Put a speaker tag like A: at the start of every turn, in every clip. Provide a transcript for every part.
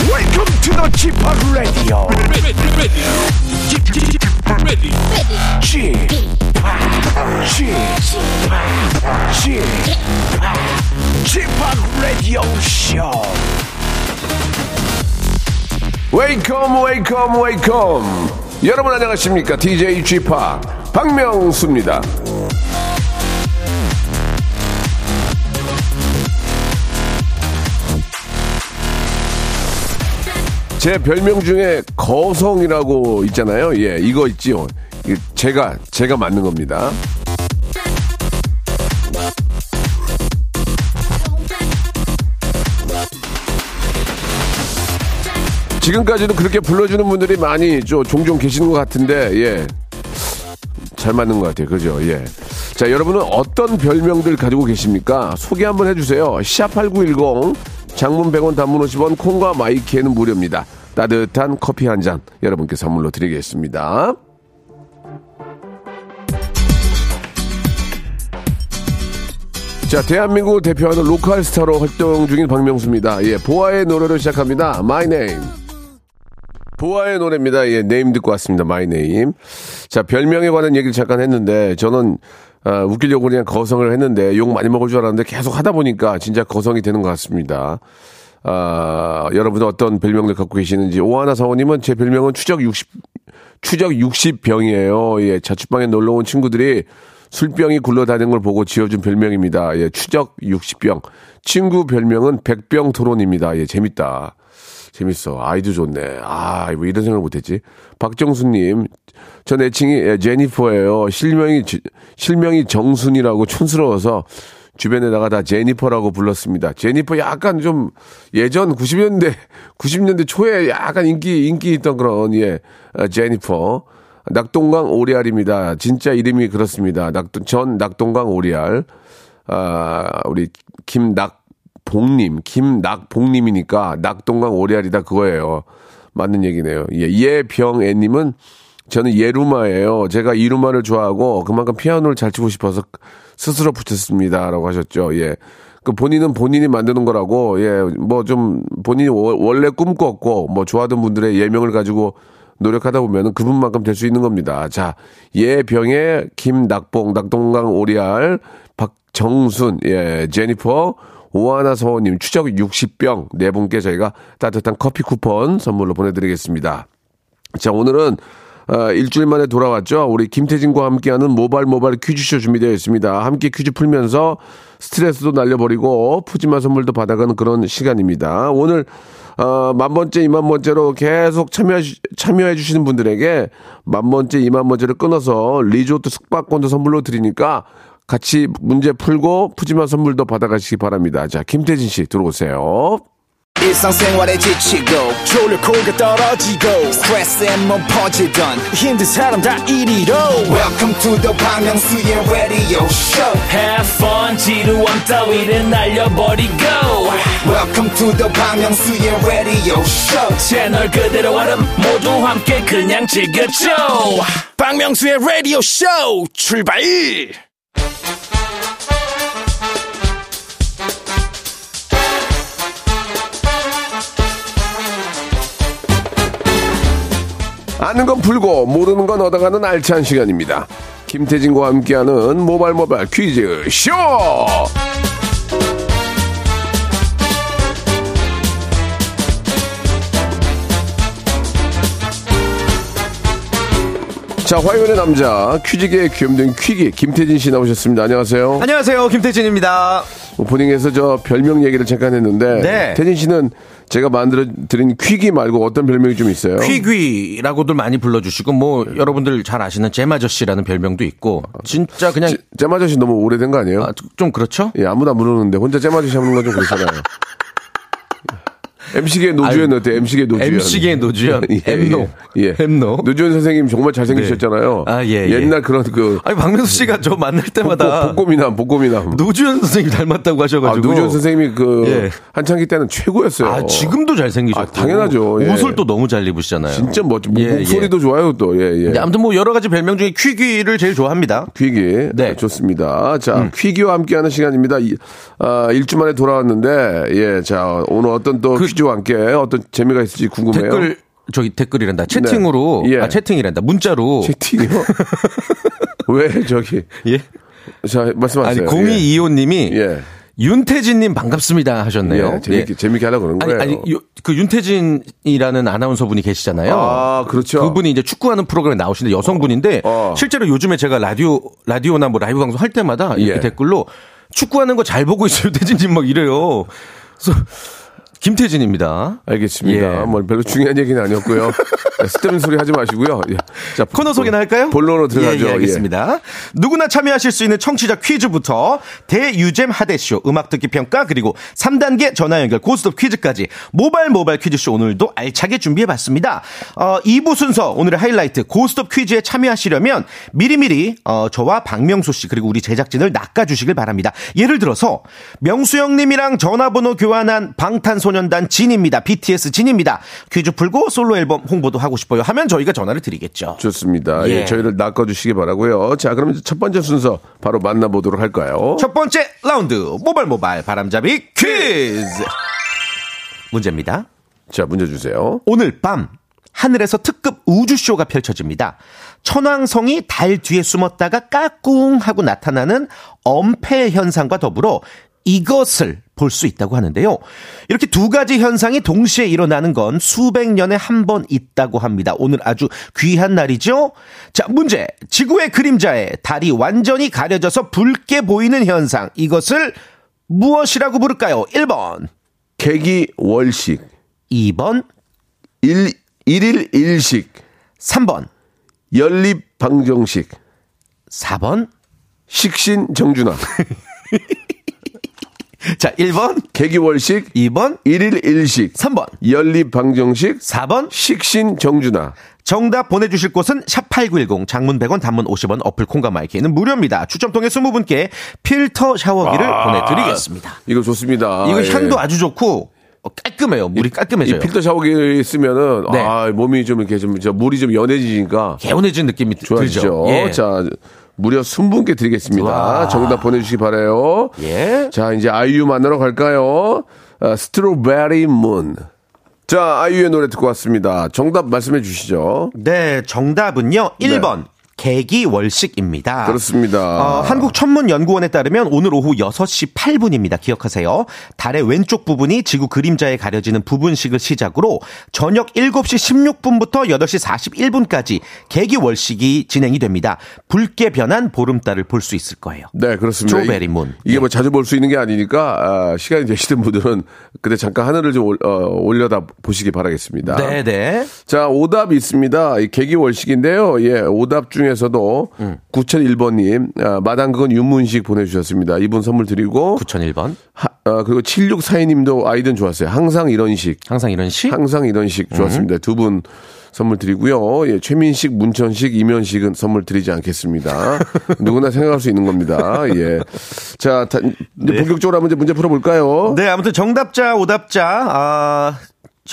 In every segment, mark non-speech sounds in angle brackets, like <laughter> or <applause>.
A: to the g p o p Radio.
B: ready, ready, ready, ready.
A: g p o p G p o p Radio Show.
C: 웨이컴 웨이컴 웨이컴 여러분 안녕하십니까 DJ g p o p 박명수입니다 제 별명 중에 거성이라고 있잖아요 예 이거 있지요 이 제가 제가 맞는 겁니다 지금까지도 그렇게 불러주는 분들이 많이 저 종종 계시는 것 같은데 예. 잘 맞는 것 같아요. 그죠? 예. 자, 여러분은 어떤 별명들 가지고 계십니까? 소개 한번 해주세요. 샵8910, 장문 100원, 단문 50원, 콩과 마이키에는 무료입니다. 따뜻한 커피 한 잔 여러분께 선물로 드리겠습니다. 자, 대한민국 대표하는 로컬 스타로 활동 중인 박명수입니다. 예, 보아의 노래로 시작합니다. My Name. 보아의 노래입니다. 예, 네임 듣고 왔습니다. 마이 네임. 자, 별명에 관한 얘기를 잠깐 했는데, 저는, 아, 웃기려고 그냥 거성을 했는데, 욕 많이 먹을 줄 알았는데, 계속 하다 보니까 진짜 거성이 되는 것 같습니다. 아, 여러분은 어떤 별명을 갖고 계시는지, 오하나 사원님은 제 별명은 추적 60, 추적 60병이에요. 예, 자취방에 놀러 온 친구들이 술병이 굴러다니는 걸 보고 지어준 별명입니다. 예, 추적 60병. 친구 별명은 100병 토론입니다. 예, 재밌다. 재밌어. 아이도 좋네. 아, 왜 이런 생각을 못했지? 박정수님, 전 애칭이 예, 제니퍼예요. 실명이 지- 실명이 정순이라고 촌스러워서 주변에다가 다 제니퍼라고 불렀습니다. 제니퍼 약간 좀 예전 90년대 90년대 초에 약간 인기 인기 있던 그런 예 아, 제니퍼. 낙동강 오리알입니다. 진짜 이름이 그렇습니다. 낙동 전 낙동강 오리알. 아, 우리 김낙 복님, 김낙복님이니까 낙동강 오리알이다 그거예요. 맞는 얘기네요. 예, 예병애님은 저는 예루마예요. 제가 이루마를 좋아하고 그만큼 피아노를 잘 치고 싶어서 스스로 붙였습니다라고 하셨죠. 예. 그 본인은 본인이 만드는 거라고 예뭐 좀 본인이 워- 원래 꿈꿨고 뭐 좋아하던 분들의 예명을 가지고 노력하다 보면은 그분만큼 될 수 있는 겁니다. 자, 예병에 김낙봉, 낙동강 오리알, 박정순, 예, 제니퍼, 오하나 서원님, 추적 60병 네 분께 저희가 따뜻한 커피 쿠폰 선물로 보내드리겠습니다. 자, 오늘은 어, 일주일 만에 돌아왔죠. 우리 김태진과 함께하는 모발 모발 퀴즈쇼 준비되어 있습니다. 함께 퀴즈 풀면서 스트레스도 날려버리고 푸짐한 선물도 받아가는 그런 시간입니다. 오늘 어, 만 번째, 이만 번째로 계속 참여 참여해 주시는 분들에게 만 번째, 이만 번째를 끊어서 리조트 숙박권도 선물로 드리니까 같이 문제 풀고 푸짐한 선물도 받아가시기 바랍니다. 자, 김태진 씨 들어오세요.
D: 일상생활에 지치고, 졸려 코가 떨어지고, 스트레스에 몸 퍼지던, 힘든 사람 다 이리로. welcome to the Bang Myung-soo's radio show
B: Have fun, 지루함 따위를 날려버리고
D: welcome to the Bang Myung-soo's radio show
B: 채널 그대로 얼음 모두 함께 그냥 즐겨줘
A: 박명수의 Radio Show 출발.
C: 아는 건 풀고 모르는 건 얻어가는 알찬 시간입니다. 김태진과 함께하는 모발 모발 퀴즈 쇼. 자 화요일의 남자 퀴즈계의 귀염둥이 퀴기 김태진 씨 나오셨습니다. 안녕하세요.
E: 안녕하세요, 김태진입니다.
C: 오프닝에서 저 별명 얘기를 잠깐 했는데
E: 네.
C: 태진 씨는 제가 만들어 드린 퀴기 말고 어떤 별명이 좀 있어요?
E: 퀴귀라고들 많이 불러주시고, 뭐, 여러분들 잘 아시는 제마저씨라는 별명도 있고, 진짜 그냥,
C: 잼아저씨 너무 오래된 거 아니에요?
E: 아, 좀 그렇죠?
C: 예, 아무도 안 부르는데 혼자 째마주시 하는 건 좀 그렇잖아요. MC계 노주현
E: 아유,
C: 어때? MC계 노주현.
E: MC계 노주현.
C: <laughs>
E: 엠노.
C: 예.
E: 엠노.
C: 노주현 선생님 정말 잘생기셨잖아요.
E: 네. 아, 예, 예.
C: 옛날 그런 그
E: 아니, 박명수 씨가 저 만날 때마다,
C: 복- 복고미남, 복고미남.
E: 노주현 선생님 닮았다고
C: 아,
E: 하셔가지고.
C: 노주현 선생님이 그
E: 예.
C: 한창기 때는 최고였어요.
E: 아, 지금도 잘생기셨고.
C: 아, 당연하죠. 예.
E: 옷을 또 너무 잘 입으시잖아요.
C: 진짜 멋져.
E: 예, 예.
C: 목소리도 좋아요, 또. 예, 예.
E: 네, 아무튼 뭐, 여러 가지 별명 중에 퀴귀를 제일 좋아합니다.
C: 퀴기.
E: 네. 음.
C: 아, 좋습니다. 자, 퀴기와 함께하는 시간입니다. 이, 아, 일주 만에 돌아왔는데, 예, 자, 오늘 어떤 또
E: 그
C: 퀴즈와 함께 어떤 재미가 있을지 궁금해요.
E: 댓글 저기 댓글이란다. 채팅으로
C: 네. 예.
E: 아 채팅이란다. 문자로
C: 채팅이요? <laughs> 왜 저기?
E: 예.
C: 자 말씀하세요.
E: 아니 0225님이
C: 예. 예.
E: 윤태진님 반갑습니다 하셨네요.
C: 예, 재밌게 재밌게 하려고 그런
E: 아니,
C: 거예요.
E: 아니 요- 그 윤태진이라는 아나운서 분이 계시잖아요.
C: 아, 그렇죠.
E: 그분이 이제 축구하는 프로그램에 나오시는데 여성분인데
C: 어.
E: 실제로 요즘에 제가 라디오 라디오나 뭐 라이브 방송 할 때마다 이렇게
C: 예.
E: 댓글로 축구하는 거 잘 보고 있어요 <laughs> 태진님 막 이래요. 그래서 김태진입니다.
C: 알겠습니다.
E: 예.
C: 뭐 별로 중요한 얘기는 아니었고요. 예, 스tem 소리 하지 마시고요. 예. 자
E: 코너 소개나 할까요?
C: 본론으로 들어가죠.
E: 예, 예, 알겠습니다. 누구나 참여하실 수 있는 청취자 퀴즈부터 대유잼 하대쇼, 음악 듣기 평가, 그리고 3단계 전화 연결 고스톱 퀴즈까지 모발 모발 퀴즈쇼 오늘도 알차게 준비해봤습니다. 어, 2부 순서 오늘의 하이라이트 고스톱 퀴즈에 참여하시려면 미리미리 어, 저와 박명수 씨 그리고 우리 제작진을 낚아주시길 바랍니다. 예를 들어서 명수형님이랑 전화번호 교환한 방탄소년단 진입니다. BTS 진입니다. 퀴즈 풀고 솔로 앨범 홍보도 하고 싶어요 하면 저희가 전화를 드리겠죠.
C: 좋습니다.
E: 예.
C: 예, 저희를 낚아주시기 바라고요. 자, 그럼 이제 첫 번째 순서 바로 만나보도록 할까요?
E: 첫 번째 라운드 모발 모발 바람잡이 퀴즈 문제입니다.
C: 자, 문제 주세요.
E: 오늘 밤 하늘에서 특급 우주쇼가 펼쳐집니다. 천왕성이 달 뒤에 숨었다가 까꿍 하고 나타나는 엄폐 현상과 더불어 이것을 볼 수 있다고 하는데요. 이렇게 두 가지 현상이 동시에 일어나는 건 수백 년에 한 번 있다고 합니다. 오늘 아주 귀한 날이죠? 자, 문제. 지구의 그림자에 달이 완전히 가려져서 붉게 보이는 현상. 이것을 무엇이라고 부를까요? 1번,
C: 계기 월식,
E: 2번,
C: 일, 일일 일식,
E: 3번,
C: 연립 방정식,
E: 4번,
C: 식신 정준하, <laughs>
E: 자, 1번,
C: 계기 월식,
E: 2번,
C: 일일 일식,
E: 3번,
C: 연립 방정식,
E: 4번.
C: 식신 정준하.
E: 정답 보내주실 곳은 샵8910 장문 100원 단문 50원 어플 콩과 마이크는 무료입니다. 추첨 통해 20분께 필터 샤워기를 보내드리겠습니다.
C: 이거 좋습니다.
E: 이거
C: 아, 예.
E: 향도 아주 좋고 어, 깔끔해요. 물이
C: 이
E: 깔끔해져요.
C: 필터 샤워기 쓰면은
E: 네.
C: 아, 몸이 좀 이렇게 좀 저 물이 좀 연해지니까
E: 개운해진 느낌이 드-
C: 좋아지죠.
E: 들죠. 예.
C: 자, 무려 20분께 드리겠습니다.
E: 와.
C: 정답 보내주시기 바라요.
E: 예.
C: 자, 이제 아이유 만나러 갈까요? 아, 스트로베리 문. 자, 아이유의 노래 듣고 왔습니다. 정답 말씀해 주시죠.
E: 네, 정답은요. 1번. 개기월식입니다.
C: 네. 그렇습니다.
E: 어, 한국천문연구원에 따르면 오늘 오후 6시 8분입니다. 기억하세요. 달의 왼쪽 부분이 지구 그림자에 가려지는 부분식을 시작으로 저녁 7시 16분부터 8시 41분까지 개기월식이 진행이 됩니다. 붉게 변한 보름달을 볼 수 있을 거예요.
C: 네, 그렇습니다.
E: 스트로베리 문.
C: 이- 이게 뭐 자주 볼 수 있는 게 아니니까, 아, 시간이 되시는 분들은 그때 잠깐 하늘을 좀 올, 려다 보시기 바라겠습니다.
E: 아. 네네.
C: 자, 오답이 있습니다. 이 계기월식인데요. 예, 오답 중에서도 9001번님, 아, 마당 그건 윤문식 보내주셨습니다. 이분 선물 드리고,
E: 9001번.
C: 하- 아, 그리고 7642님도 아이디는 좋았어요. 항상 이런 식.
E: 항상 이런 시.
C: 항상 이런 식
E: 예.
C: 좋았습니다. 두 분 선물 드리고요. 예, 최민식, 문천식, 이면식은 선물 드리지
E: <laughs>
C: 않겠습니다. 누구나 생각할 수 있는 겁니다. 예. 자, 다- 이제 본격적으로 한번 이제 문제 풀어볼까요?
E: 네, 아무튼 정답자, 오답자, 아,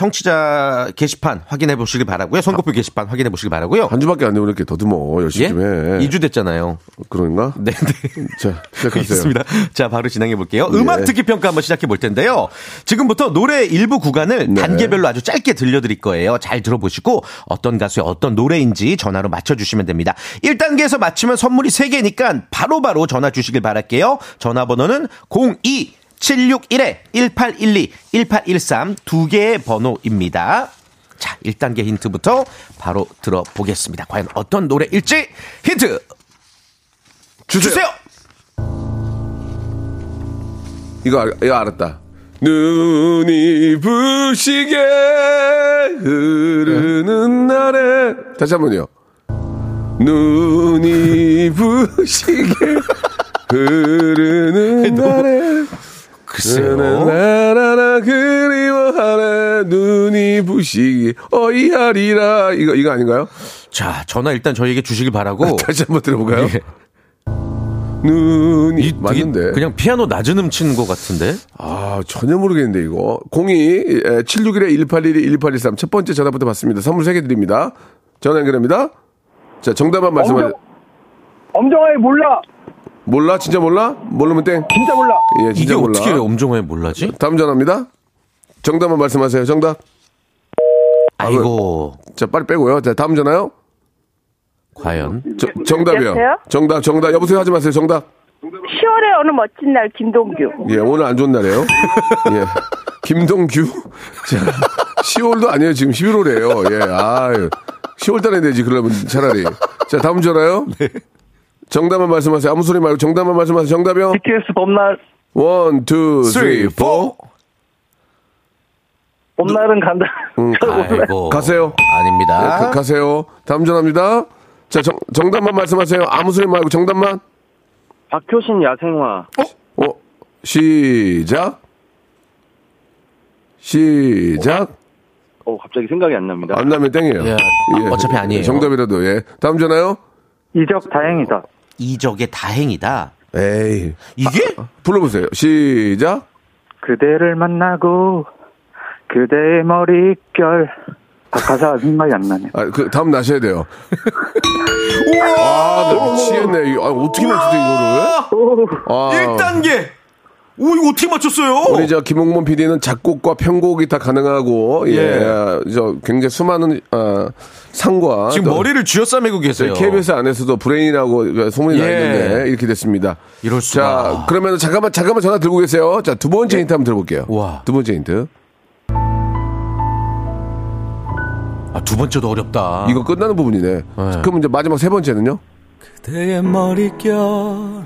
E: 청취자 게시판 확인해 보시길 바라고요. 선거표 게시판 확인해 보시길 바라고요.
C: 한 주밖에 안 되고 이렇게 더듬어. 열심히
E: 예?
C: 좀 해.
E: 아. 2주 됐잖아요.
C: 그런가?
E: 네, 네.
C: 자, 시작하세요.
E: <laughs> 알겠습니다. 자, 바로 진행해 볼게요.
C: 예.
E: 음악 듣기 평가 한번 시작해 볼 텐데요. 지금부터 노래 일부 구간을
C: 네.
E: 단계별로 아주 짧게 들려드릴 거예요. 잘 들어보시고 어떤 가수의 어떤 노래인지 전화로 맞춰주시면 됩니다. 1단계에서 맞추면 선물이 3개니까 바로바로 전화 주시길 바랄게요. 전화번호는 02 761-1812, 1813 두 개의 번호입니다. 자, 1단계 힌트부터 바로 들어보겠습니다. 과연 어떤 노래일지 힌트 주세요!
C: 이거, 알, 이거 알았다. 눈이 부시게 흐르는
E: 네.
C: 날에 다시 한번요.
E: <laughs>
C: 눈이 부시게 흐르는 날에 네,
E: 글쎄요.
C: 나나나나 그리워하네 눈이 부시게 어, 어이하리라 이거 이거 아닌가요?
E: 자, 전화 일단 저희에게 주시길 바라고.
C: 아, <laughs> 다시 한번 들어볼까요?
E: 예.
C: 눈이
E: 이 되게
C: 맞는데
E: 그냥 피아노 낮은 음 치는 것 같은데.
C: 아, 전혀 모르겠는데, 이거. 예, 02-761-1812-1813. 첫 번째 전화부터 받습니다. 선물 3개 드립니다. 전화 연결합니다. 자, 정답만
F: 어,
C: 말씀하세요.
F: 네.
G: 엄정, 엄정하게 몰라.
C: 몰라? 진짜 몰라? 모르면 땡.
G: 진짜 몰라.
C: 예,
E: 이게
C: 진짜 몰라.
E: 어떻게 엄정화에 몰라지?
C: 다음 전화입니다. 정답만 말씀하세요. 정답.
E: 아이고.
C: 자, 빨리 빼고요. 자, 다음 전화요.
E: 과연.
F: 네,
C: 저- 정답이요.
F: 여보세요?
C: 정답, 정답. 여보세요 하지 마세요. 정답.
F: 10월의 어느 멋진 날 김동규.
C: 예, 오늘 안 좋은 날이에요. 예. 김동규. 자, 10월도 아니에요. 지금 11월이에요. 예, 아유. 10월달에 내지, 그러면 차라리. 자, 다음 전화요. 정답만 말씀하세요. 아무 소리 말고 정답만 말씀하세요. 정답이요.
H: BTS 봄날
C: 원, 투, 쓰리, 포.
H: 봄날은 간다.
C: <laughs>
E: 아이고.
C: 가세요. 예,
E: 아닙니다.
C: 가- 가세요. 다음 전화입니다. 자, 정, 정답만 말씀하세요. 아무 소리 말고 정답만.
H: 박효신 야생화.
C: 어, 시작. 시작.
H: 어 갑자기 생각이 안 납니다.
C: 안 나면 땡이에요.
E: 예, 아, 어차피 아니에요.
C: 정답이라도, 예. 다음 전화요?
H: 이적 다행이다.
E: 이적의 다행이다.
C: 에이.
E: 이게?
C: 아, 불러보세요. 시작.
H: 그대를 만나고 그대의 머릿결. 아, 가사 생각이 안 나네.
C: 아, 그, 다음 나셔야 돼요. 우와! 아, 나 미치겠네. 이거, 아, 어떻게 맞추지, 이거를? 아.
E: 1단계! 오, 이거 어떻게 맞췄어요?
C: 우리 저 김홍범 PD는 작곡과 편곡이 다 가능하고 예, 저 굉장히 수많은 아, 상과
E: 지금
C: 또
E: 머리를 쥐어싸매고 계세요.
C: 네, KBS 안에서도 브레인이라고 소문이 나
E: 예.
C: 있는데 이렇게 됐습니다.
E: 이럴 수가. 예.
C: 자, 그러면 잠깐만 잠깐만 전화 들고 계세요. 자, 두 번째 힌트 한번 들어볼게요.
E: 우와.
C: 두 번째 힌트.
E: 아, 두 번째도 어렵다.
C: 이거 끝나는 부분이네. 그럼 이제 마지막 세 번째는요?
I: 그대의 머릿결을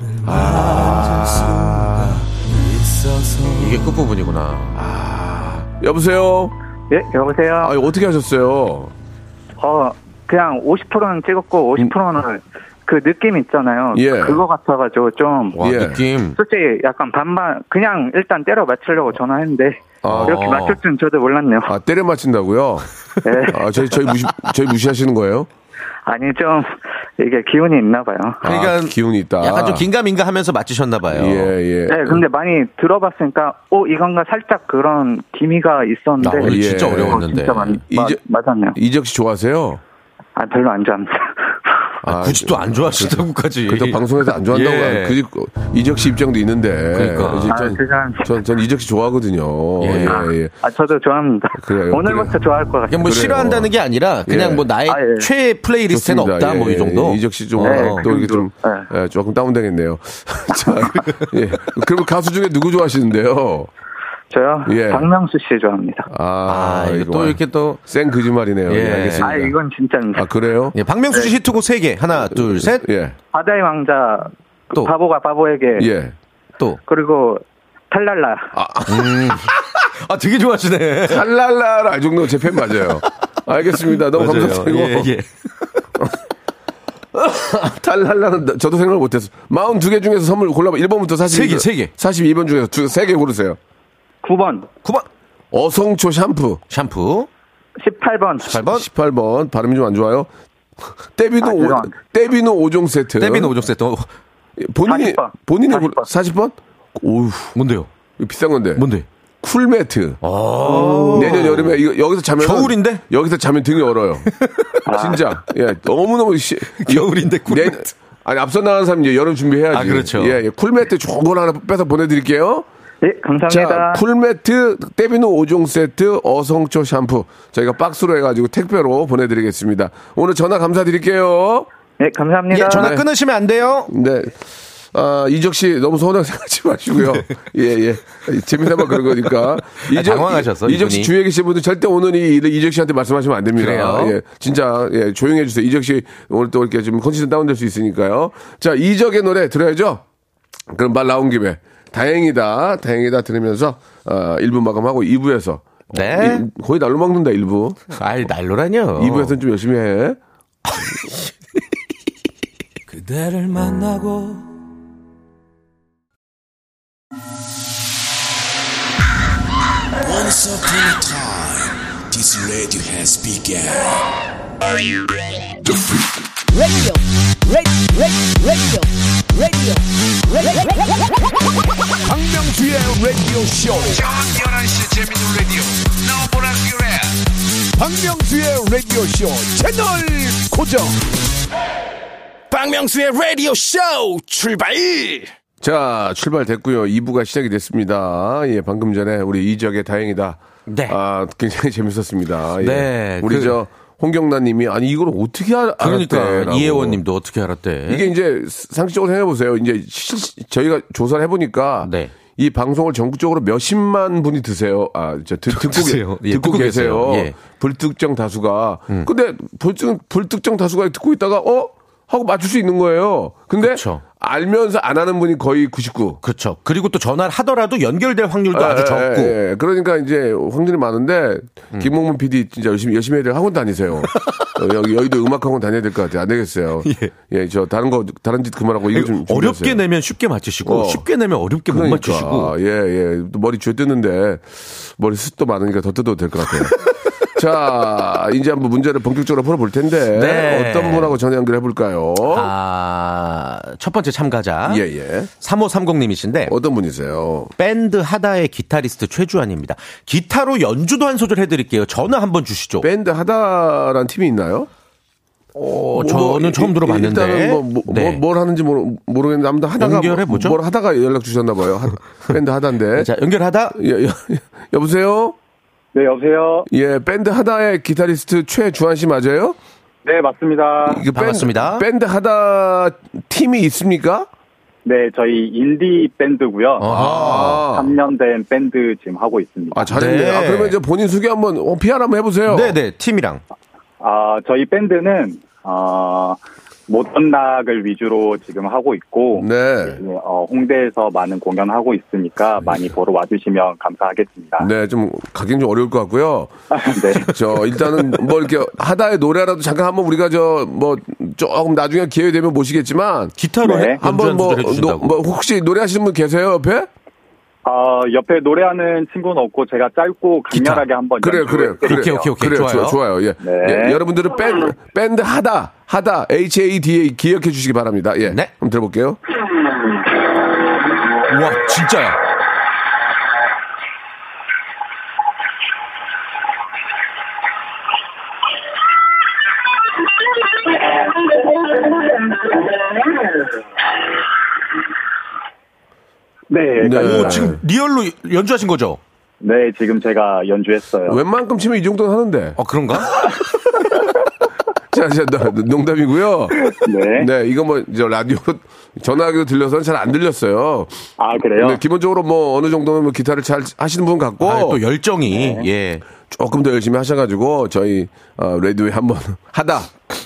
E: 이게 끝부분이구나.
C: 여보세요.
H: 예, 여보세요.
C: 아, 이거 어떻게 하셨어요? 아,
H: 어, 그냥 50%는 찍었고 50%는 그 느낌 있잖아요.
C: 음. 예.
H: 그거 같아가지고 좀
E: 와,
C: 예.
E: 느낌.
H: 솔직히 약간 반반 그냥 일단 때려 맞추려고 전화했는데
C: 아.
H: 이렇게 맞출 줄은 저도 몰랐네요.
C: 아, 때려 맞힌다고요?
H: 예.
C: 아, 저희 저희 무시 저희 무시하시는 거예요?
H: 아니 좀 이게 기운이 있나 봐요.
C: 아,
E: 그러니까
C: 기운이 있다.
E: 약간 좀 긴가민가 하면서 맞추셨나봐요.
C: 예, 예.
H: 네, 근데 많이 들어봤으니까 오 이건가 살짝 그런 기미가 있었는데
E: 나 오늘
C: 예.
E: 진짜
C: 어,
E: 어려웠는데.
H: 진짜 많,
C: 이제-
H: 마, 맞았네요.
C: 이적 씨 좋아하세요?
H: 아 별로 안 좋아합니다. <laughs>
E: 아, 굳이 또 안 좋아하시다고까지.
C: 그렇다고 방송에서 안 좋아한다고
E: 예.
C: 그 이적 씨 입장도 있는데.
E: 그러니까.
C: 전-
H: 아, 죄송합니다.
C: 전, 전 이적 씨 좋아하거든요.
E: 예.
C: 예, 예.
H: 아 저도 좋아합니다.
C: 그래요,
H: 오늘부터
C: 그래요.
H: 좋아할 것 같아요.
E: 그냥 뭐 싫어한다는 게 아니라 그냥
C: 예.
E: 뭐 나의
H: 아, 예.
E: 최애 플레이리스트는
C: 좋습니다.
E: 없다
C: 예,
E: 뭐 이
C: 예,
E: 정도.
C: 예, 이적 씨좀
H: 네,
C: 또 이게 좀
H: 네.
C: 예, 조금 다운되겠네요. <laughs> 자, 예. 그리고 가수 중에 누구 좋아하시는데요?
H: 저요.
C: 예.
H: 박명수 씨 좋아합니다.
C: 아,
E: 아, 이거 또
C: 와.
E: 이렇게 또
C: 센 거짓말이네요. 예,
E: 예.
C: 알겠습니다.
H: 아 이건 진짜입니다.
C: 아, 그래요?
E: 예, 박명수 씨 히트곡 세 개 하나 둘 셋 또
C: 네. 예.
H: 바다의 왕자 그
E: 또.
H: 바보가 바보에게
C: 예.
H: 그리고 탈랄라
E: 아, 되게
C: <laughs>
E: 좋아하시네.
C: 탈랄라 아 정도 제 팬
E: <laughs>
C: 맞아요. 알겠습니다. 너무
E: 맞아요.
C: 감사드리고
E: 예, 예.
C: 탈랄라는 저도 생각을 못했어. 42개 중에서 선물 골라봐. 1번부터 42.
E: 세 개, 세 개.
C: 42번 중에서 두, 3개 고르세요.
H: 9번,
E: 9번
C: 어성초 샴푸.
E: 샴푸.
H: 18번,
E: 8번
C: 18번. 발음이 좀 안 좋아요. <laughs> 떼비노
H: 아,
C: 오
H: 죄송합니다.
C: 떼비노 5종 세트.
E: 데빈 오종 세트. 어,
C: 본인이
H: 40번.
C: 본인이
H: 40번.
C: 40번? 오우,
E: 뭔데요?
C: 이거 비싼 건데.
E: 뭔데? 어,
C: 쿨매트. 내년 여름에 이거 여기서 자면
E: 겨울인데?
C: 여기서 자면 등이 얼어요.
H: 아.
C: 진짜. 예. 너무너무 시,
E: <laughs> 겨울인데
C: 내-
E: 쿨.
C: 아니 앞서 나간 사람 이제 여름 준비해야지.
E: 아, 그렇죠.
C: 예, 예. 쿨매트 좋은 걸 하나 빼서 보내드릴게요.
H: 예
C: 자,
H: 감사합니다.
C: 풀매트, 떼비누 5종 세트, 어성초 샴푸. 저희가 박스로 해가지고 택배로 보내드리겠습니다. 오늘 전화 감사드릴게요.
H: 예 감사합니다.
E: 예, 전화 끊으시면 안 돼요.
C: 네. 아, 이적 씨 너무 서운하게 생각하지 마시고요.
E: 네.
C: 예, 예. 재미삼아 그런
E: <laughs>
C: 거니까.
E: 당황하셨어,
C: 이적 씨
E: 이분이.
C: 주위에 계신 분들 절대 오는 이 일을 이적 씨한테 말씀하시면 안 됩니다.
E: 그래요?
C: 예. 진짜, 예. 조용히 해주세요. 이적 씨 오늘 또 이렇게 좀 컨디션 다운될 수 있으니까요. 자, 이적의 노래 들어야죠? 그럼 말 나온 김에. 다행이다, 다행이다 들으면서, 어, 1부 마감하고 2부에서.
E: 네.
C: 거의 날로 막는다, 1부.
E: 아이 날로라뇨.
C: 2부에서는 좀 열심히 해.
I: 그대를 만나고
D: Once upon a time, this radio has begun. 박명수의 라디오 쇼. 박명수의 라디오 쇼 채널 고정. 박명수의 라디오 쇼 출발.
C: 자, 출발됐고요. 2부가 시작이 됐습니다. 예, 방금 전에 우리 이적의 다행이다
J: 네.
C: 아, 굉장히 <laughs> 재밌었습니다. 예.
E: 네,
C: 우리
E: 그-
C: 저 홍경란 님이 아니 이걸 어떻게 알- 알았대.
E: 그러니까 이혜원 님도 어떻게 알았대?
C: 이게 이제 상식적으로 생각해 보세요. 이제 시- 저희가 조사를 해 보니까
E: 네.
C: 이 방송을 전국적으로 몇십만 분이 드세요. 아, 저 듣, 듣고,
E: 드세요.
C: 계,
E: 예,
C: 듣고
E: 듣고
C: 계세요.
E: 계세요. 예. 음.
C: 불특정 다수가. 근데 불특, 불특정 다수가 듣고 있다가 어? 하고 맞출 수 있는 거예요. 근데
E: 그쵸.
C: 알면서 안 하는 분이 거의 99.
E: 그렇죠. 그리고 또 전화를 하더라도 연결될 확률도
C: 예,
E: 아주
C: 예,
E: 적고. 음.
C: 예, 예. 그러니까 이제 확률이 많은데 김홍문 PD 진짜 열심히 열심히 해야 될 학원 다니세요.
E: <laughs>
C: 어, 여기 여의도 음악 학원 다녀야 될 것 같아요. 안 되겠어요. 예. 저 다른 거 다른 짓 그만하고 이거 좀
E: 어렵게
C: 준비하세요.
E: 내면 쉽게
C: 어.
E: 맞추시고 쉽게 내면 어렵게 못 맞추시고
C: 아, 예, 예. 또 머리 쥐어 뜯는데 머리 숱도 많으니까 더 뜯어도 될 것
E: <laughs>
C: 같아요. 자, 이제 한번 문제를 본격적으로 풀어볼 텐데
E: 네.
C: 어떤 분하고 전화 연결해 볼까요?
E: 아, 첫 번째 참가자.
C: 예, 예.
E: 3530님이신데,
C: 어떤 분이세요?
E: 밴드 하다의 기타리스트 최주환입니다. 기타로 연주도 한 소절 해드릴게요. 전화 한번 주시죠.
C: 밴드 하다라는 팀이 있나요?
E: 어,
C: 뭐,
E: 저는
C: 뭐,
E: 처음
C: 일-
E: 들어봤는데.
C: 일단은 뭐, 뭐,
E: 네.
C: 뭐- 뭘 하는지 모르, 모르겠는데 아무튼 하다가 뭐
E: 연결해보죠.
C: 뭘 하다가 연락 주셨나 봐요. 하- 밴드 하다인데.
E: <laughs> 자, 연결하다.
C: 여, 보세요
G: 네, 여보세요?
C: 예, 밴드 하다의 기타리스트 최주환 씨 맞아요?
G: 네, 맞습니다.
C: 이게 밴-
E: 반갑습니다.
C: 밴드 하다 팀이 있습니까?
G: 네, 저희 인디 밴드고요
C: 아,
G: 3년 된 밴드 지금 하고 있습니다.
C: 아 잘했네.
E: 네.
C: 요 그러면 이제 본인 소개 한번 어, PR 한번 해보세요.
E: 네네, 팀이랑.
G: 아, 저희 밴드는, 어, 모던 락을 위주로 지금 하고 있고,
C: 네.
G: 네, 어, 홍대에서 많은 공연하고 있으니까 많이 보러 와주시면 감사하겠습니다.
C: 네, 좀 가긴 좀 어려울 것 같고요.
G: 네.
C: 저 일단은 뭐 이렇게 하다의 노래라도 잠깐 한번 우리가 저 뭐 조금 나중에 기회 되면 모시겠지만
E: 기타로
G: 네.
E: 해- 연주
C: 한번
E: 한
C: 뭐,
E: 소절 해주신다고.
C: 노- 뭐 혹시 노래하시는 분 계세요 옆에?
G: 어, 옆에 노래하는 친구는 없고 제가 짧고 강렬하게 한번
C: 그래요, 그래요,
G: 연주해드릴게요.
C: 그래요.
E: 오케이, 오케이, 오케이.
C: 그래요,
E: 좋아요.
C: 좋아요. 좋아요. 예.
G: 네.
C: 예, 여러분들은 밴드, 밴드 하다, 하다, H A D A 기억해 주시기 바랍니다. 예.
E: 네.
C: 한번 들어볼게요.
E: 우와, 진짜야.
G: 네, 네.
E: 오, 지금 리얼로 연주하신 거죠?
G: 네, 지금 제가 연주했어요.
C: 웬만큼 치면 이 정도는 하는데.
E: 어, 그런가?
C: 자, 자, 나- 농담이고요.
G: 네.
C: 네, 이거 뭐, 저 라디오로 <laughs> 전화기로 들려서는 잘 안 들렸어요.
G: 아, 그래요?
C: 근데 기본적으로 뭐 어느 정도는 뭐 기타를 잘 하시는 분 같고.
E: 아, 또 열정이,
C: 네.
E: 예.
C: 조금 더 열심히 하셔가지고 저희 어, 레드웨이 한번 <laughs> 하다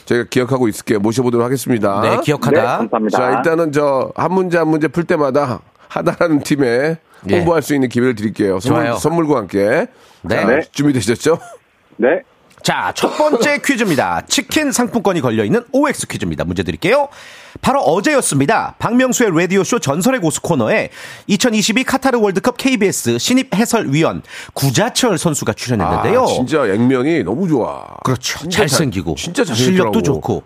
C: 저희가 기억하고 있을게요 모셔보도록 하겠습니다.
E: 네,
G: 네,
E: 기억하다.
G: 감사합니다.
C: 자 일단은 저 한 문제 한 문제 풀 때마다 하다라는 팀에
E: 예.
C: 홍보할 수 있는 기회를 드릴게요. 선물,
E: 좋아요.
C: 선물과 함께
E: 네.
C: 자,
G: 네.
C: 준비되셨죠?
G: 네.
E: 자, 첫
C: <laughs>
E: 번째 퀴즈입니다. 치킨 상품권이 걸려있는 OX 퀴즈입니다. 문제 드릴게요. 바로 어제였습니다. 박명수의 라디오쇼 전설의 고수 코너에 2022 카타르 월드컵 KBS 신입 해설위원 구자철 선수가 출연했는데요.
C: 아, 진짜 액면이 너무 좋아.
E: 그렇죠.
C: 진짜
E: 잘생기고.
C: 잘- 진짜 잘생기더라고.
E: 실력도 좋고.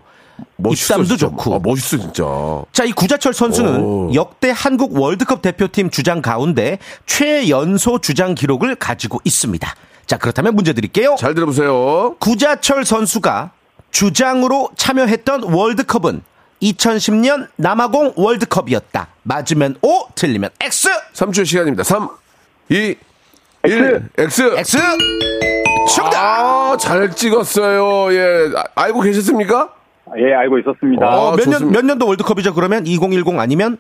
C: 멋있어,
E: 입담도
C: 진짜.
E: 좋고.
C: 아, 멋있어 진짜.
E: 자, 이 구자철 선수는
C: 오.
E: 역대 한국 월드컵 대표팀 주장 가운데 최연소 주장 기록을 가지고 있습니다. 자, 그렇다면 문제 드릴게요.
C: 잘 들어보세요.
E: 구자철 선수가 주장으로 참여했던 월드컵은 2010년 남아공 월드컵이었다. 맞으면 O, 틀리면 X.
C: 3초의 시간입니다. 3, 2, 1, X.
E: X. 정답.
C: 아, 잘 찍었어요. 예. 아, 알고 계셨습니까?
G: 예, 알고 있었습니다.
C: 어.
G: 어,
E: 몇 년 몇
C: 좋습니다.
E: 년도 월드컵이죠? 그러면 2010 아니면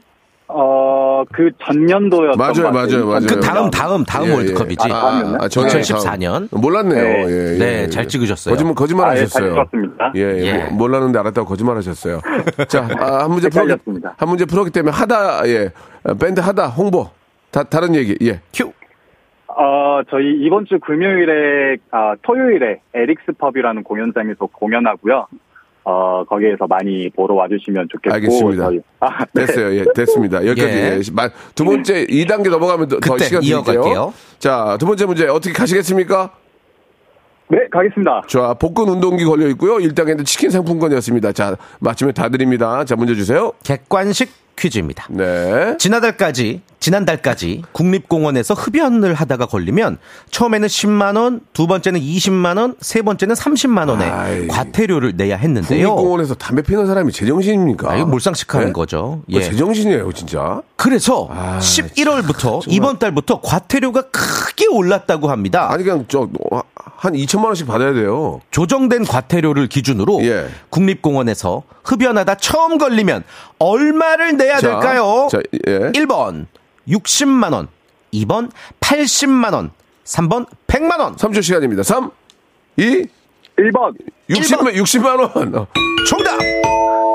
G: 그 전년도였던
C: 맞아요,
G: 것
C: 맞아요, 맞아요.
E: 그 다음 다음 다음
C: 예, 예.
E: 월드컵이지.
C: 아, 아, 아, 저는
E: 2014년.
C: 다음. 몰랐네요.
G: 네.
C: 예, 예,
E: 네,
C: 예.
E: 잘 찍으셨어요.
C: 거짓말, 거짓말
G: 아, 예, 잘
C: 하셨어요.
G: 찍었습니다.
C: 예, 예.
E: 예.
C: 모- 몰랐는데 알았다고 거짓말
G: <laughs>
C: 하셨어요. 자, 아, 한 문제 풀었,
G: 헷갈렸습니다.
C: 한 문제 풀었기 때문에 하다, 예. 아, 밴드 하다, 홍보. 다, 다른 얘기, 예.
E: 큐.
G: 어, 저희 이번 주 금요일에, 아, 토요일에 에릭스 펍이라는 공연장에서 공연하고요. 어, 거기에서 많이 보러 와주시면 좋겠고.
C: 알겠습니다.
G: 저희- 아, 네.
C: 됐어요. 예, 됐습니다. 여기까지.
E: 예.
C: 예. 마- 두 번째, 2단계 넘어가면 더, 더
E: 그때
C: 시간 드릴게요.
E: 이어갈게요.
C: 자, 두 번째 문제 어떻게 가시겠습니까?
G: 네, 가겠습니다.
C: 자, 복근 운동기 걸려 있고요. 1단계는 치킨 상품권이었습니다. 자, 맞추면 다 드립니다. 자, 문제 주세요.
E: 객관식 퀴즈입니다.
C: 네.
E: 지난달까지 지난달까지 국립공원에서 흡연을 하다가 걸리면 처음에는 10만 원, 두 번째는 20만 원, 세 번째는 30만 원의
C: 아이.
E: 과태료를 내야 했는데요.
C: 국립공원에서 담배 피는 사람이 제정신입니까?
E: 아, 이거 몰상식하는
C: 네?
E: 거죠. 예.
C: 그거 제정신이에요, 진짜.
E: 그래서
C: 아,
E: 11월부터 이번 달부터 과태료가 크게 올랐다고 합니다.
C: 아니 그냥 저 한 2천만 원씩 받아야 돼요.
E: 조정된 과태료를 기준으로
C: 예.
E: 국립공원에서 흡연하다 처음 걸리면 얼마를 내야
C: 자,
E: 될까요?
C: 자, 예.
E: 1번 60만 원, 2번 80만 원, 3번 100만 원.
C: 3초 시간입니다. 3, 2,
G: 1번.
C: 60만, 60만 원. 어,
E: 정답.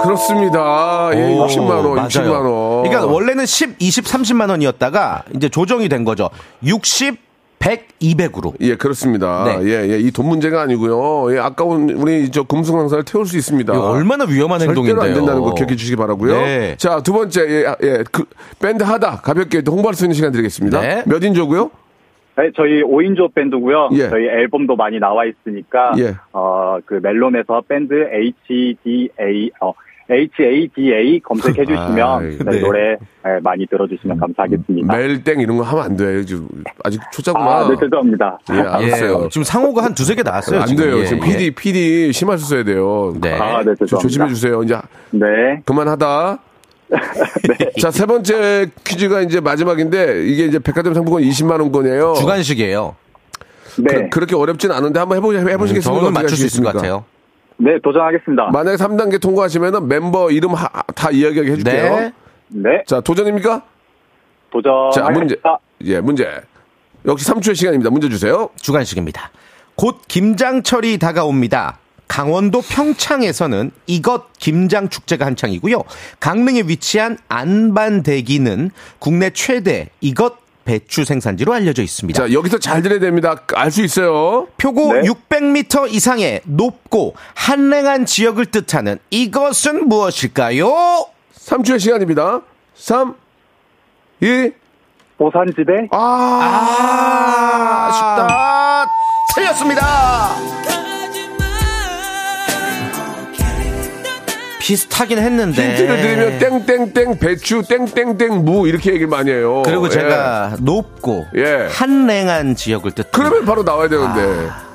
C: 그렇습니다. 예,
E: 오,
C: 60만 원,
E: 맞아요.
C: 60만 원.
E: 그러니까 원래는 10, 20, 30만 원이었다가 이제 조정이 된 거죠. 60, 100, 200으로.
C: 예, 그렇습니다.
E: 네.
C: 예, 예, 이 돈 문제가 아니고요. 예, 아까운 우리 저 금수강사를 태울 수 있습니다.
E: 이거 얼마나 위험한
C: 아, 절대로
E: 행동인데요.
C: 안 된다는 거 기억해 주시기 바라고요.
E: 네.
C: 자, 두 번째 예, 아, 예, 그 밴드 하다 가볍게 또 홍보할 수 있는 시간 드리겠습니다.
E: 네.
C: 몇 인조고요?
G: 네, 저희 5인조 밴드고요.
C: 예.
G: 저희 앨범도 많이 나와 있으니까
C: 예.
G: 어, 그 멜론에서 밴드 HDA 어, HADA 검색해 주시면
C: 아이, 음,
G: 저희
E: 네.
G: 노래 예, 많이 들어주시면
E: 아.
G: 감사하겠습니다.
C: 멜땡 이런 거 하면 안 돼. 지금 아직 초짜구나.
G: 아, 네, 죄송합니다.
C: 예, 알았어요.
E: 예, 지금 상호가 한 두세 개 나왔어요.
C: 안 돼요. 지금
E: 예,
C: PD, PD 심할 수 써야 돼요.
E: 네.
G: 아, 네,
C: 조,
G: 죄송합니다.
C: 조심해 주세요. 이제
G: 네.
C: 그만하다.
G: <laughs>
C: 자, 세 번째 퀴즈가 이제 마지막인데 이게 이제 백화점 상품권 20만 원권이에요.
E: 예. 주간식이에요. 음,
G: 네.
C: 그, 렇게 어렵진 않은데 한번 해보, 해보시겠습니까?
E: 저는
C: 어떻게
E: 맞출 수 있을 것
C: 하시겠습니까?
E: 같아요.
G: 네, 도전하겠습니다.
C: 만약에 3단계 통과하시면 멤버 이름 하- 다 이야기하게 해줄게요.
E: 네.
G: 네.
C: 자, 도전입니까? 자, 문제.
G: 도전하겠습니다.
C: 예, 문제. 역시 3초의 시간입니다. 문제 주세요.
E: 주간식입니다. 곧 김장철이 다가옵니다. 강원도 평창에서는 이것 김장 축제가 한창이고요. 강릉에 위치한 안반대기는 국내 최대 이것 배추 생산지로 알려져 있습니다.
C: 자, 여기서 잘 들어야 됩니다. 알 수 있어요.
E: 표고
G: 네.
E: 600m 이상의 높고 한랭한 지역을 뜻하는 이것은 무엇일까요?
C: 3초의 시간입니다. 3, 2,
G: 보산지대
E: 아, 아쉽다. 틀렸습니다. 비슷하긴 했는데.
C: 힌트를 드리면 땡땡땡 배추 땡땡땡 무 이렇게 얘기를 많이 해요.
E: 그리고
C: 예.
E: 제가 높고
C: 예.
E: 한랭한 지역을 뜻.
C: 그러면 바로 나와야 되는데.
E: 아.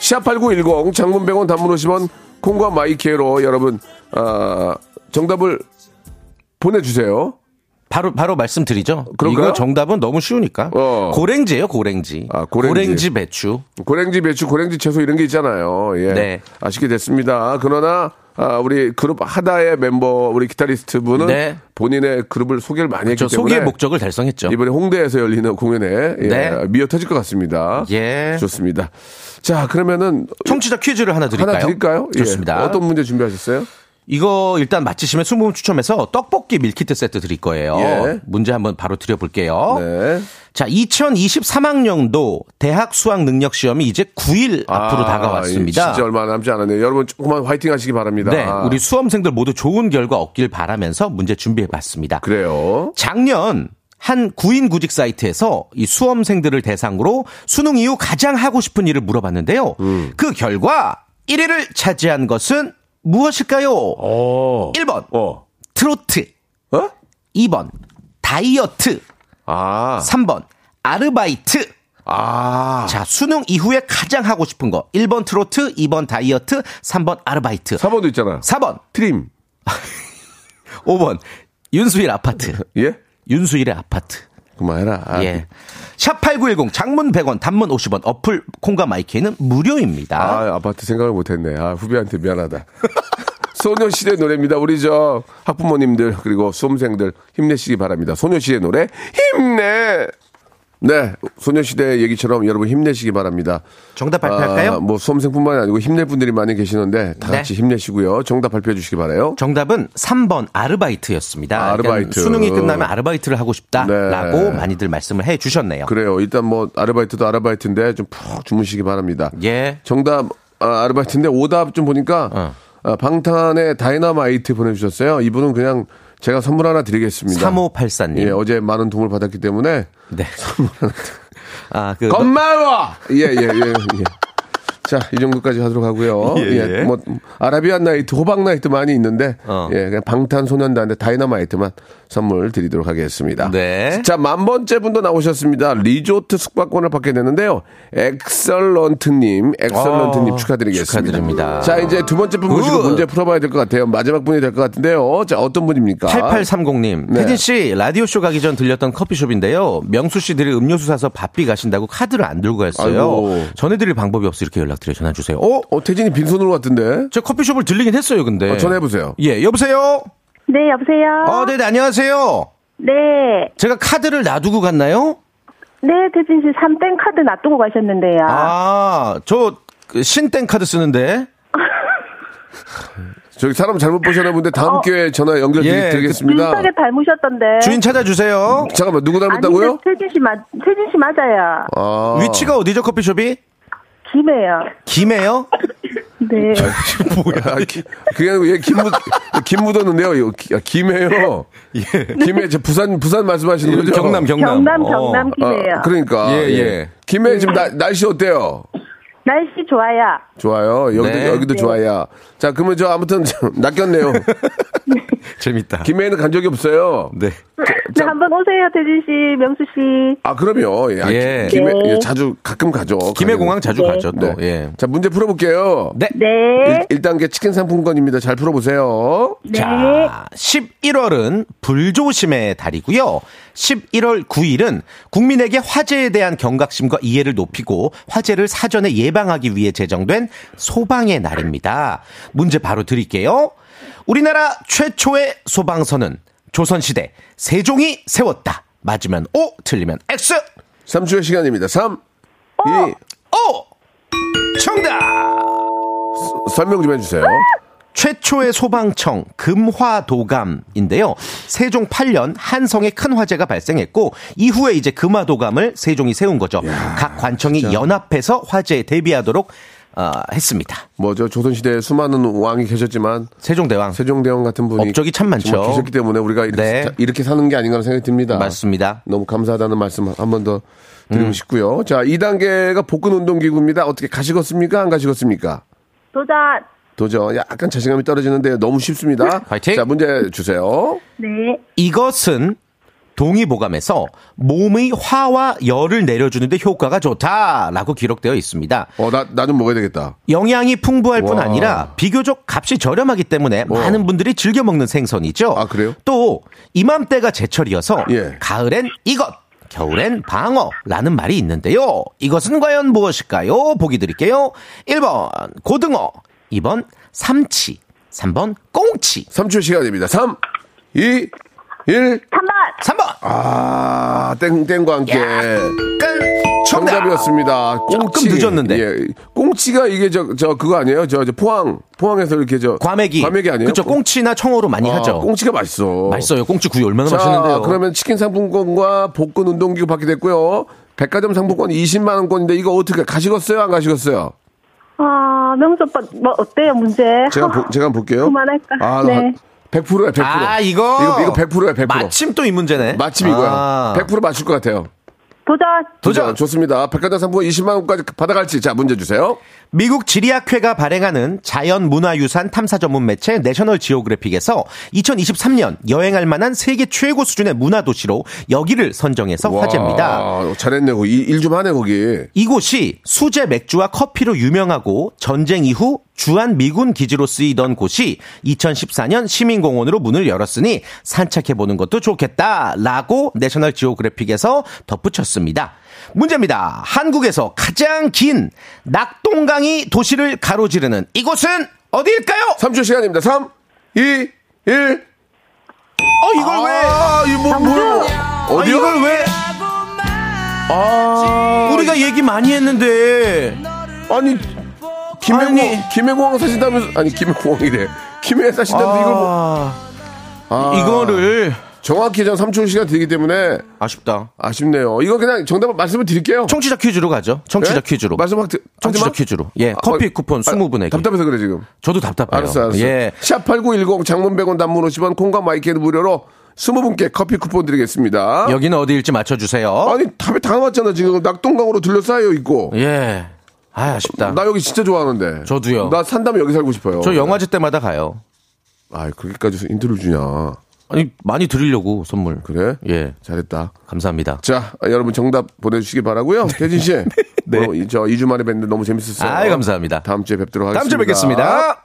C: 샵8910 장문 100원 단문 50원 콩과 마이키로 여러분 아, 정답을 보내주세요.
E: 바로 바로 말씀드리죠.
C: 그런가요?
E: 이거 정답은 너무 쉬우니까.
C: 어.
E: 고랭지예요, 고랭지.
C: 아, 고랭지.
E: 배추.
C: 고랭지 배추 고랭지 채소 이런 게 있잖아요. 예.
E: 네.
C: 아쉽게 됐습니다. 그러나 아, 우리 그룹 하다의 멤버 우리 기타리스트 분은
E: 네.
C: 본인의 그룹을 소개를 많이 했기
E: 저
C: 때문에
E: 소개의 목적을 달성했죠.
C: 이번에 홍대에서 열리는 공연에 예,
E: 네.
C: 미어 터질 것 같습니다.
E: 예.
C: 좋습니다. 자, 그러면은
E: 청취자 퀴즈를 하나 드릴까요?
C: 하나 드릴까요? 예.
E: 좋습니다.
C: 어떤 문제 준비하셨어요?
E: 이거 일단 맞히시면 20분 추첨해서 떡볶이 밀키트 세트 드릴 거예요.
C: 예.
E: 문제 한번 바로 드려볼게요.
C: 네.
E: 자, 2023학년도 대학 수학 능력 시험이 이제 9일 앞으로
C: 아,
E: 다가왔습니다.
C: 예, 진짜 얼마 남지 않았네요. 여러분 조금만 화이팅 하시기 바랍니다. 아,
E: 네, 우리 수험생들 모두 좋은 결과 얻길 바라면서 문제 준비해봤습니다.
C: 그래요.
E: 작년 한 구인 구직 사이트에서 이 수험생들을 대상으로 수능 이후 가장 하고 싶은 일을 물어봤는데요.
C: 음.
E: 그 결과 1위를 차지한 것은 무엇일까요? 1번
C: 어.
E: 트로트,
C: 어?
E: 2번 다이어트,
C: 아.
E: 3번 아르바이트.
C: 아.
E: 자, 수능 이후에 가장 하고 싶은 거. 1번 트로트, 2번 다이어트, 3번 아르바이트.
C: 4번도 있잖아.
E: 4번,
C: 트림.
E: 5번 윤수일 아파트.
C: 예?
E: 윤수일의 아파트.
C: 그만해라. 아,
E: 예. 샵8910 장문 100원, 단문 50원, 어플 콩과 마이케는 무료입니다.
C: 아, 아파트 생각을 못했네. 아, 후배한테 미안하다. <laughs> 소녀시대 노래입니다. 우리 저 학부모님들 그리고 수험생들 힘내시기 바랍니다. 소녀시대 노래 힘내. 네, 소녀시대 얘기처럼 여러분 힘내시기 바랍니다.
E: 정답 발표할까요?
C: 아, 뭐 수험생뿐만 이 아니고 힘낼 분들이 많이 계시는데 다
E: 네.
C: 같이 힘내시고요. 정답 발표해 주시기 바래요.
E: 정답은 3번 아르바이트였습니다.
C: 아,
E: 그러니까
C: 아르바이트.
E: 수능이 끝나면 아르바이트를 하고 싶다라고
C: 네.
E: 많이들 말씀을 해 주셨네요.
C: 그래요. 일단 뭐 아르바이트도 아르바이트인데 좀 푹 주무시기 바랍니다.
E: 예.
C: 정답 아, 르바이트인데 오답 좀 보니까 아, 방탄의 다이너마이트 보내주셨어요. 이분은 그냥 제가 선물 하나 드리겠습니다.
E: 3584님.
C: 예, 어제 많은 도움을 받았기 때문에
E: 네. 아, 그
C: 고마워. 예, 예예예. 예, 예. 자, 이 정도까지 하도록 하고요.
E: 예.
C: 예. 뭐 아라비안 나이트, 호박 나이트 많이 있는데
E: 어.
C: 예, 그냥 방탄소년단의 다이너마이트만 선물 드리도록 하겠습니다.
E: 네.
C: 자, 만 번째 분도 나오셨습니다. 리조트 숙박권을 받게 되는데요. 엑설런트 님, 엑설런트 님
E: 아,
C: 축하드리겠습니다.
E: 축하드립니다.
C: 자, 이제 두 번째 분 모시고
E: 으.
C: 문제 풀어 봐야 될 것 같아요. 마지막 분이 될 것 같은데요. 자, 어떤 분입니까?
E: 8830님,
C: 네.
E: 태진 씨 라디오 쇼 가기 전 들렸던 커피숍인데요. 명수 씨들이 음료수 사서 바삐 가신다고 카드를 안 들고 갔어요.
C: 아이고.
E: 전해드릴 방법이 없어 이렇게 연락드려 전화 주세요. 어?
C: 어, 태진이 빈손으로 왔던데.
E: 저 커피숍을 들리긴 했어요, 근데.
C: 어, 전화해 보세요.
E: 예, 여보세요.
F: 네, 여보세요?
E: 어, 네, 네, 안녕하세요.
F: 네.
E: 제가 카드를 놔두고 갔나요?
F: 네, 태진 씨, 삼땡 카드 놔두고 가셨는데요.
E: 아, 저그 신땡 카드 쓰는데.
F: 네.
C: 저기 사람 잘못 보셨나 본데 다음
F: 어.
C: 기회에 전화 연결
E: 예,
C: 드리겠습니다.
F: 비슷하게 닮으셨던데.
E: 주인 찾아주세요.
C: 잠깐만 누구 닮았다고요?
F: 아니, 태진 씨, 맞, 태진 씨 맞아요.
C: 아.
E: 위치가 어디죠, 커피숍이?
F: 김해요.
C: <laughs>
E: 김해요?
F: 네.
C: 음, 아, 기- 그게 아니고 얘 김무 김 묻었는데요. 이거 기- 아, 김해요.
F: 네.
C: 김해 저 부산 부산 말씀하시는 거죠?
E: 예. 네, 경남, 경남.
F: 경남,
E: 어.
F: 경남 김해요. 네.
C: 아, 그러니까
E: 예, 예.
C: 김해 지금 나- 날씨 어때요?
F: 날씨 좋아요.
C: 좋아요. 여기도
E: 네.
C: 여기도 좋아요. 자, 그러면 저 아무튼 좀 낚였네요.
E: 재밌다.
C: 김해에는 간 적이 없어요.
E: 네.
F: 네, 한번 오세요, 태진 씨, 명수 씨.
C: 아, 그럼요. 예. 아,
E: 예.
C: 김해
F: 네.
C: 예, 자주 가끔 가죠.
E: 김해
C: 가기는.
E: 공항 자주
F: 네.
E: 가죠, 또.
C: 네.
E: 예.
C: 자, 문제 풀어 볼게요.
E: 네.
F: 네.
C: 1, 단계 치킨 상품권입니다. 잘 풀어 보세요.
F: 네.
E: 자, 11월은 불조심의 달이고요. 11월 9일은 국민에게 화재에 대한 경각심과 이해를 높이고 화재를 사전에 예방하기 위해 제정된 소방의 날입니다. 문제 바로 드릴게요. 우리나라 최초의 소방서는 조선시대 세종이 세웠다. 맞으면 O, 틀리면 X.
C: 3초의 시간입니다. 3
F: 어?
C: 이.
E: O! 정답!
C: 설명 좀해 주세요.
E: 최초의 소방청 금화도감인데요. 세종 8년 한성에 큰 화재가 발생했고 이후에 이제 금화도감을 세종이 세운 거죠. 각 관청이 연합해서 화재에 대비하도록 어, 했습니다.
C: 뭐저 조선시대에 수많은 왕이 계셨지만
E: 세종대왕.
C: 세종대왕 같은 분이
E: 업적이 참 많죠.
C: 정말 계셨기 때문에 우리가 이렇게,
E: 네.
C: 사- 이렇게 사는 게 아닌가 하는 생각이 듭니다.
E: 맞습니다. 음.
C: 너무 감사하다는 말씀 한 번 더 드리고 싶고요. 자, 2단계가 복근 운동기구입니다. 어떻게 가시겠습니까? 안 가시겠습니까?
F: 도전.
C: 도전. 약간 자신감이 떨어지는데 너무 쉽습니다.
E: 화이팅!
C: 자, 문제 주세요.
F: 네.
E: 이것은 동의보감에서 몸의 화와 열을 내려주는데 효과가 좋다라고 기록되어 있습니다.
C: 어, 나, 나 좀 먹어야 되겠다.
E: 영양이 풍부할 뿐
C: 와. 어.
E: 아니라 비교적 값이 저렴하기 때문에 많은 분들이 즐겨 먹는 생선이죠.
C: 아, 그래요?
E: 또 이맘때가 제철이어서
C: 예.
E: 가을엔 이것, 겨울엔 방어라는 말이 있는데요. 이것은 과연 무엇일까요? 보기 드릴게요. 1번 고등어, 2번 삼치, 3번 꽁치,
C: 3초의 시간입니다. 3, 2, 1.
F: 3번.
E: 3번
C: 아, 땡, 땡과 함께.
E: 정답!
C: 정답이었습니다. 꽁치.
E: 조금 늦었는데.
C: 예. 꽁치가 이게 저, 저 그거 아니에요? 저, 저 포항. 포항에서 이렇게 저.
E: 과메기.
C: 과메기 아니에요?
E: 그렇죠. 꽁치나 청어로 많이
C: 아,
E: 하죠.
C: 꽁치가 맛있어.
E: 맛있어요. 꽁치 구이 얼마나
C: 자,
E: 맛있는데요.
C: 그러면 치킨 상품권과 복근 운동기구 받게 됐고요. 백화점 상품권 20만원권인데 이거 어떻게 가시겠어요? 안 가시겠어요?
F: 아, 명수 오빠, 뭐, 어때요, 문제?
C: 제가, 보, 제가 한번 볼게요.
F: 그만할까?
C: 아,
F: 네.
C: 100%야, 100%.
E: 아, 이거
C: 이거, 이거 100%야, 100%.
E: 마침 또 이 문제네.
C: 마침 이거야.
E: 아.
C: 100% 맞출 것 같아요.
F: 도전.
E: 도전.
C: 좋습니다. 백화점 상품권 20만 원까지 받아갈지 자 문제 주세요.
E: 미국 지리학회가 발행하는 자연문화유산 탐사 전문 매체 내셔널 지오그래픽에서 2023년 여행할 만한 세계 최고 수준의 문화도시로 여기를 선정해서 화제입니다.
C: 와, 아, 잘했네. 일좀 하네 거기.
E: 이곳이 수제 맥주와 커피로 유명하고 전쟁 이후 주한 미군 기지로 쓰이던 곳이 2014년 시민공원으로 문을 열었으니 산책해보는 것도 좋겠다라고 내셔널 지오그래픽에서 덧붙였습니다. 문제입니다. 한국에서 가장 긴 낙동강이 도시를 가로지르는 이곳은 어디일까요?
C: 3초 시간입니다. 3, 2, 1.
E: 어, 이걸
C: 아, 이거 뭐, 뭐야?
E: 왜?
C: 어디요?
E: 이걸 왜?
C: 아,
E: 우리가 얘기 많이 했는데.
C: 아니 김해공
E: 아니.
C: 김해공항 사신다면서 아니 김해공항이래. 김해 사신다면서 이걸 뭐,
E: 아,
C: 아,
E: 이거를.
C: 정확히 전 3초 시간 드리기 때문에
E: 아쉽다.
C: 아쉽네요. 이거 그냥 정답을 말씀을 드릴게요.
E: 청취자 퀴즈로 가죠. 청취자
C: 예?
E: 퀴즈로.
C: 말씀 확 드-
E: 청취자
C: 하지만-
E: 퀴즈로. 예, 커피 쿠폰 20분에게.
C: 답답해서 그래 지금.
E: 저도 답답해요.
C: 알았어, 알았어.
E: 예.
C: 샵8910 장문 100원 단문 50원 콩과 마이크는 무료로 20분께 커피 쿠폰
K: 어?
C: 드리겠습니다.
E: 예, 여기는 어디일지 맞춰주세요.
C: 아니, 답이 다 나왔잖아. 지금 낙동강으로 둘러싸여 있고.
E: 예.
K: 아, 아쉽다.
C: 나 여기 진짜 좋아하는데.
K: 저도요.
C: 나 산다면 여기 살고 싶어요.
K: 저 영화제 때마다 가요.
C: 아, 그렇게까지 힌트를 주냐.
K: 아니, 많이 드리려고 선물.
C: 그래?
K: 예.
C: 잘했다.
K: 감사합니다.
C: 자, 아, 여러분 정답 보내주시기 바라고요
K: <laughs>
C: 태진 씨. 네. 어, 이- 저 2주 만에 뵀는데 너무 재밌었어요.
K: 아이, 감사합니다.
C: 다음 주에 뵙도록 하겠습니다.
K: 다음 주에 뵙겠습니다.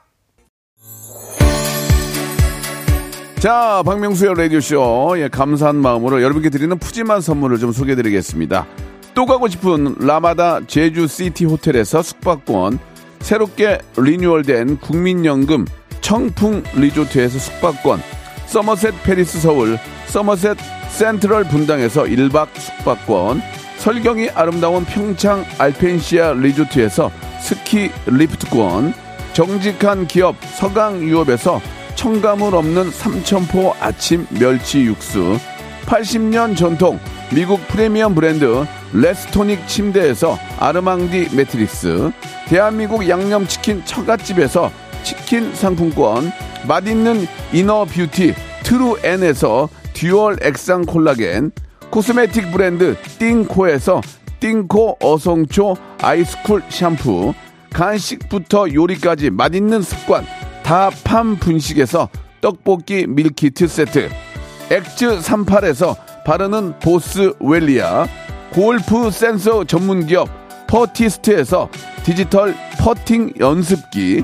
L: 자, 박명수의 라디오쇼. 예, 감사한 마음으로 여러분께 드리는 푸짐한 선물을 좀 소개해 드리겠습니다. 또 가고 싶은 라마다 제주시티 호텔에서 숙박권, 새롭게 리뉴얼된 국민연금 청풍 리조트에서 숙박권, 서머셋 페리스 서울, 서머셋 센트럴 분당에서 1박 숙박권, 설경이 아름다운 평창 알펜시아 리조트에서 스키 리프트권, 정직한 기업 서강유업에서 청가물 없는 삼천포 아침 멸치 육수 80년 전통 미국 프리미엄 브랜드 레스토닉 침대에서 아르망디 매트릭스 대한민국 양념치킨 처갓집에서 치킨 상품권 맛있는 이너 뷰티 트루엔에서 듀얼 액상 콜라겐 코스메틱 브랜드 띵코에서 띵코 어성초 아이스쿨 샴푸 간식부터 요리까지 맛있는 습관 다팜 분식에서 떡볶이 밀키트 세트 엑즈 38에서 바르는 보스 웰리아 골프 센서 전문기업 퍼티스트에서 디지털 퍼팅 연습기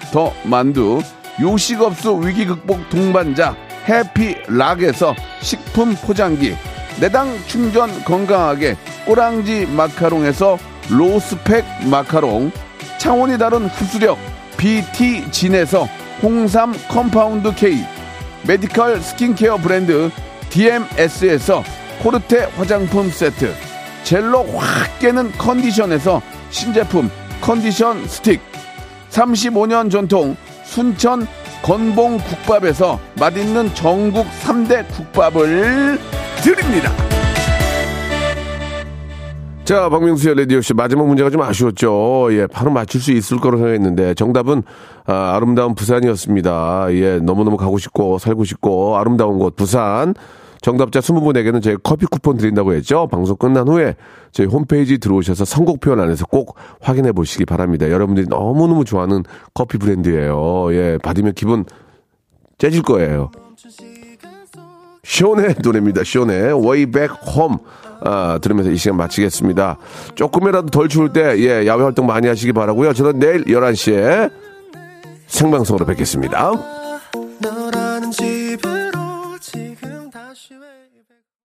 L: 더 만두 요식업소 위기 극복 동반자 해피락에서 식품 포장기 내당 충전 건강하게 꼬랑지 마카롱에서 로스펙 마카롱 창원이 다른 흡수력 BT진에서 홍삼 컴파운드 K 메디컬 스킨케어 브랜드 DMS에서 코르테 화장품 세트 젤로 확 깨는 컨디션에서 신제품 컨디션 스틱 35년 전통 순천 건봉 국밥에서 맛있는 전국 3대 국밥을 드립니다.
C: 자, 박명수의 라디오씨 마지막 문제가 좀 아쉬웠죠. 예, 바로 맞출 수 있을 거로 생각했는데 정답은 아, 름다운 부산이었습니다. 예, 너무너무 가고 싶고 살고 싶고 아름다운 곳 부산. 정답자 20분에게는 저희 커피 쿠폰 드린다고 했죠. 방송 끝난 후에 저희 홈페이지 들어오셔서 선곡표 안에서 꼭 확인해 보시기 바랍니다. 여러분들이 너무너무 좋아하는 커피 브랜드예요. 예, 받으면 기분 째질 거예요. 쇼네 노래입니다. 쇼네 Way Back Home 아, 들으면서 이 시간 마치겠습니다. 조금이라도 덜 추울 때 예, 야외 활동 많이 하시기 바라고요. 저는 내일 11시에 생방송으로 뵙겠습니다.
M: 너라는 집으로 지금 다시 왜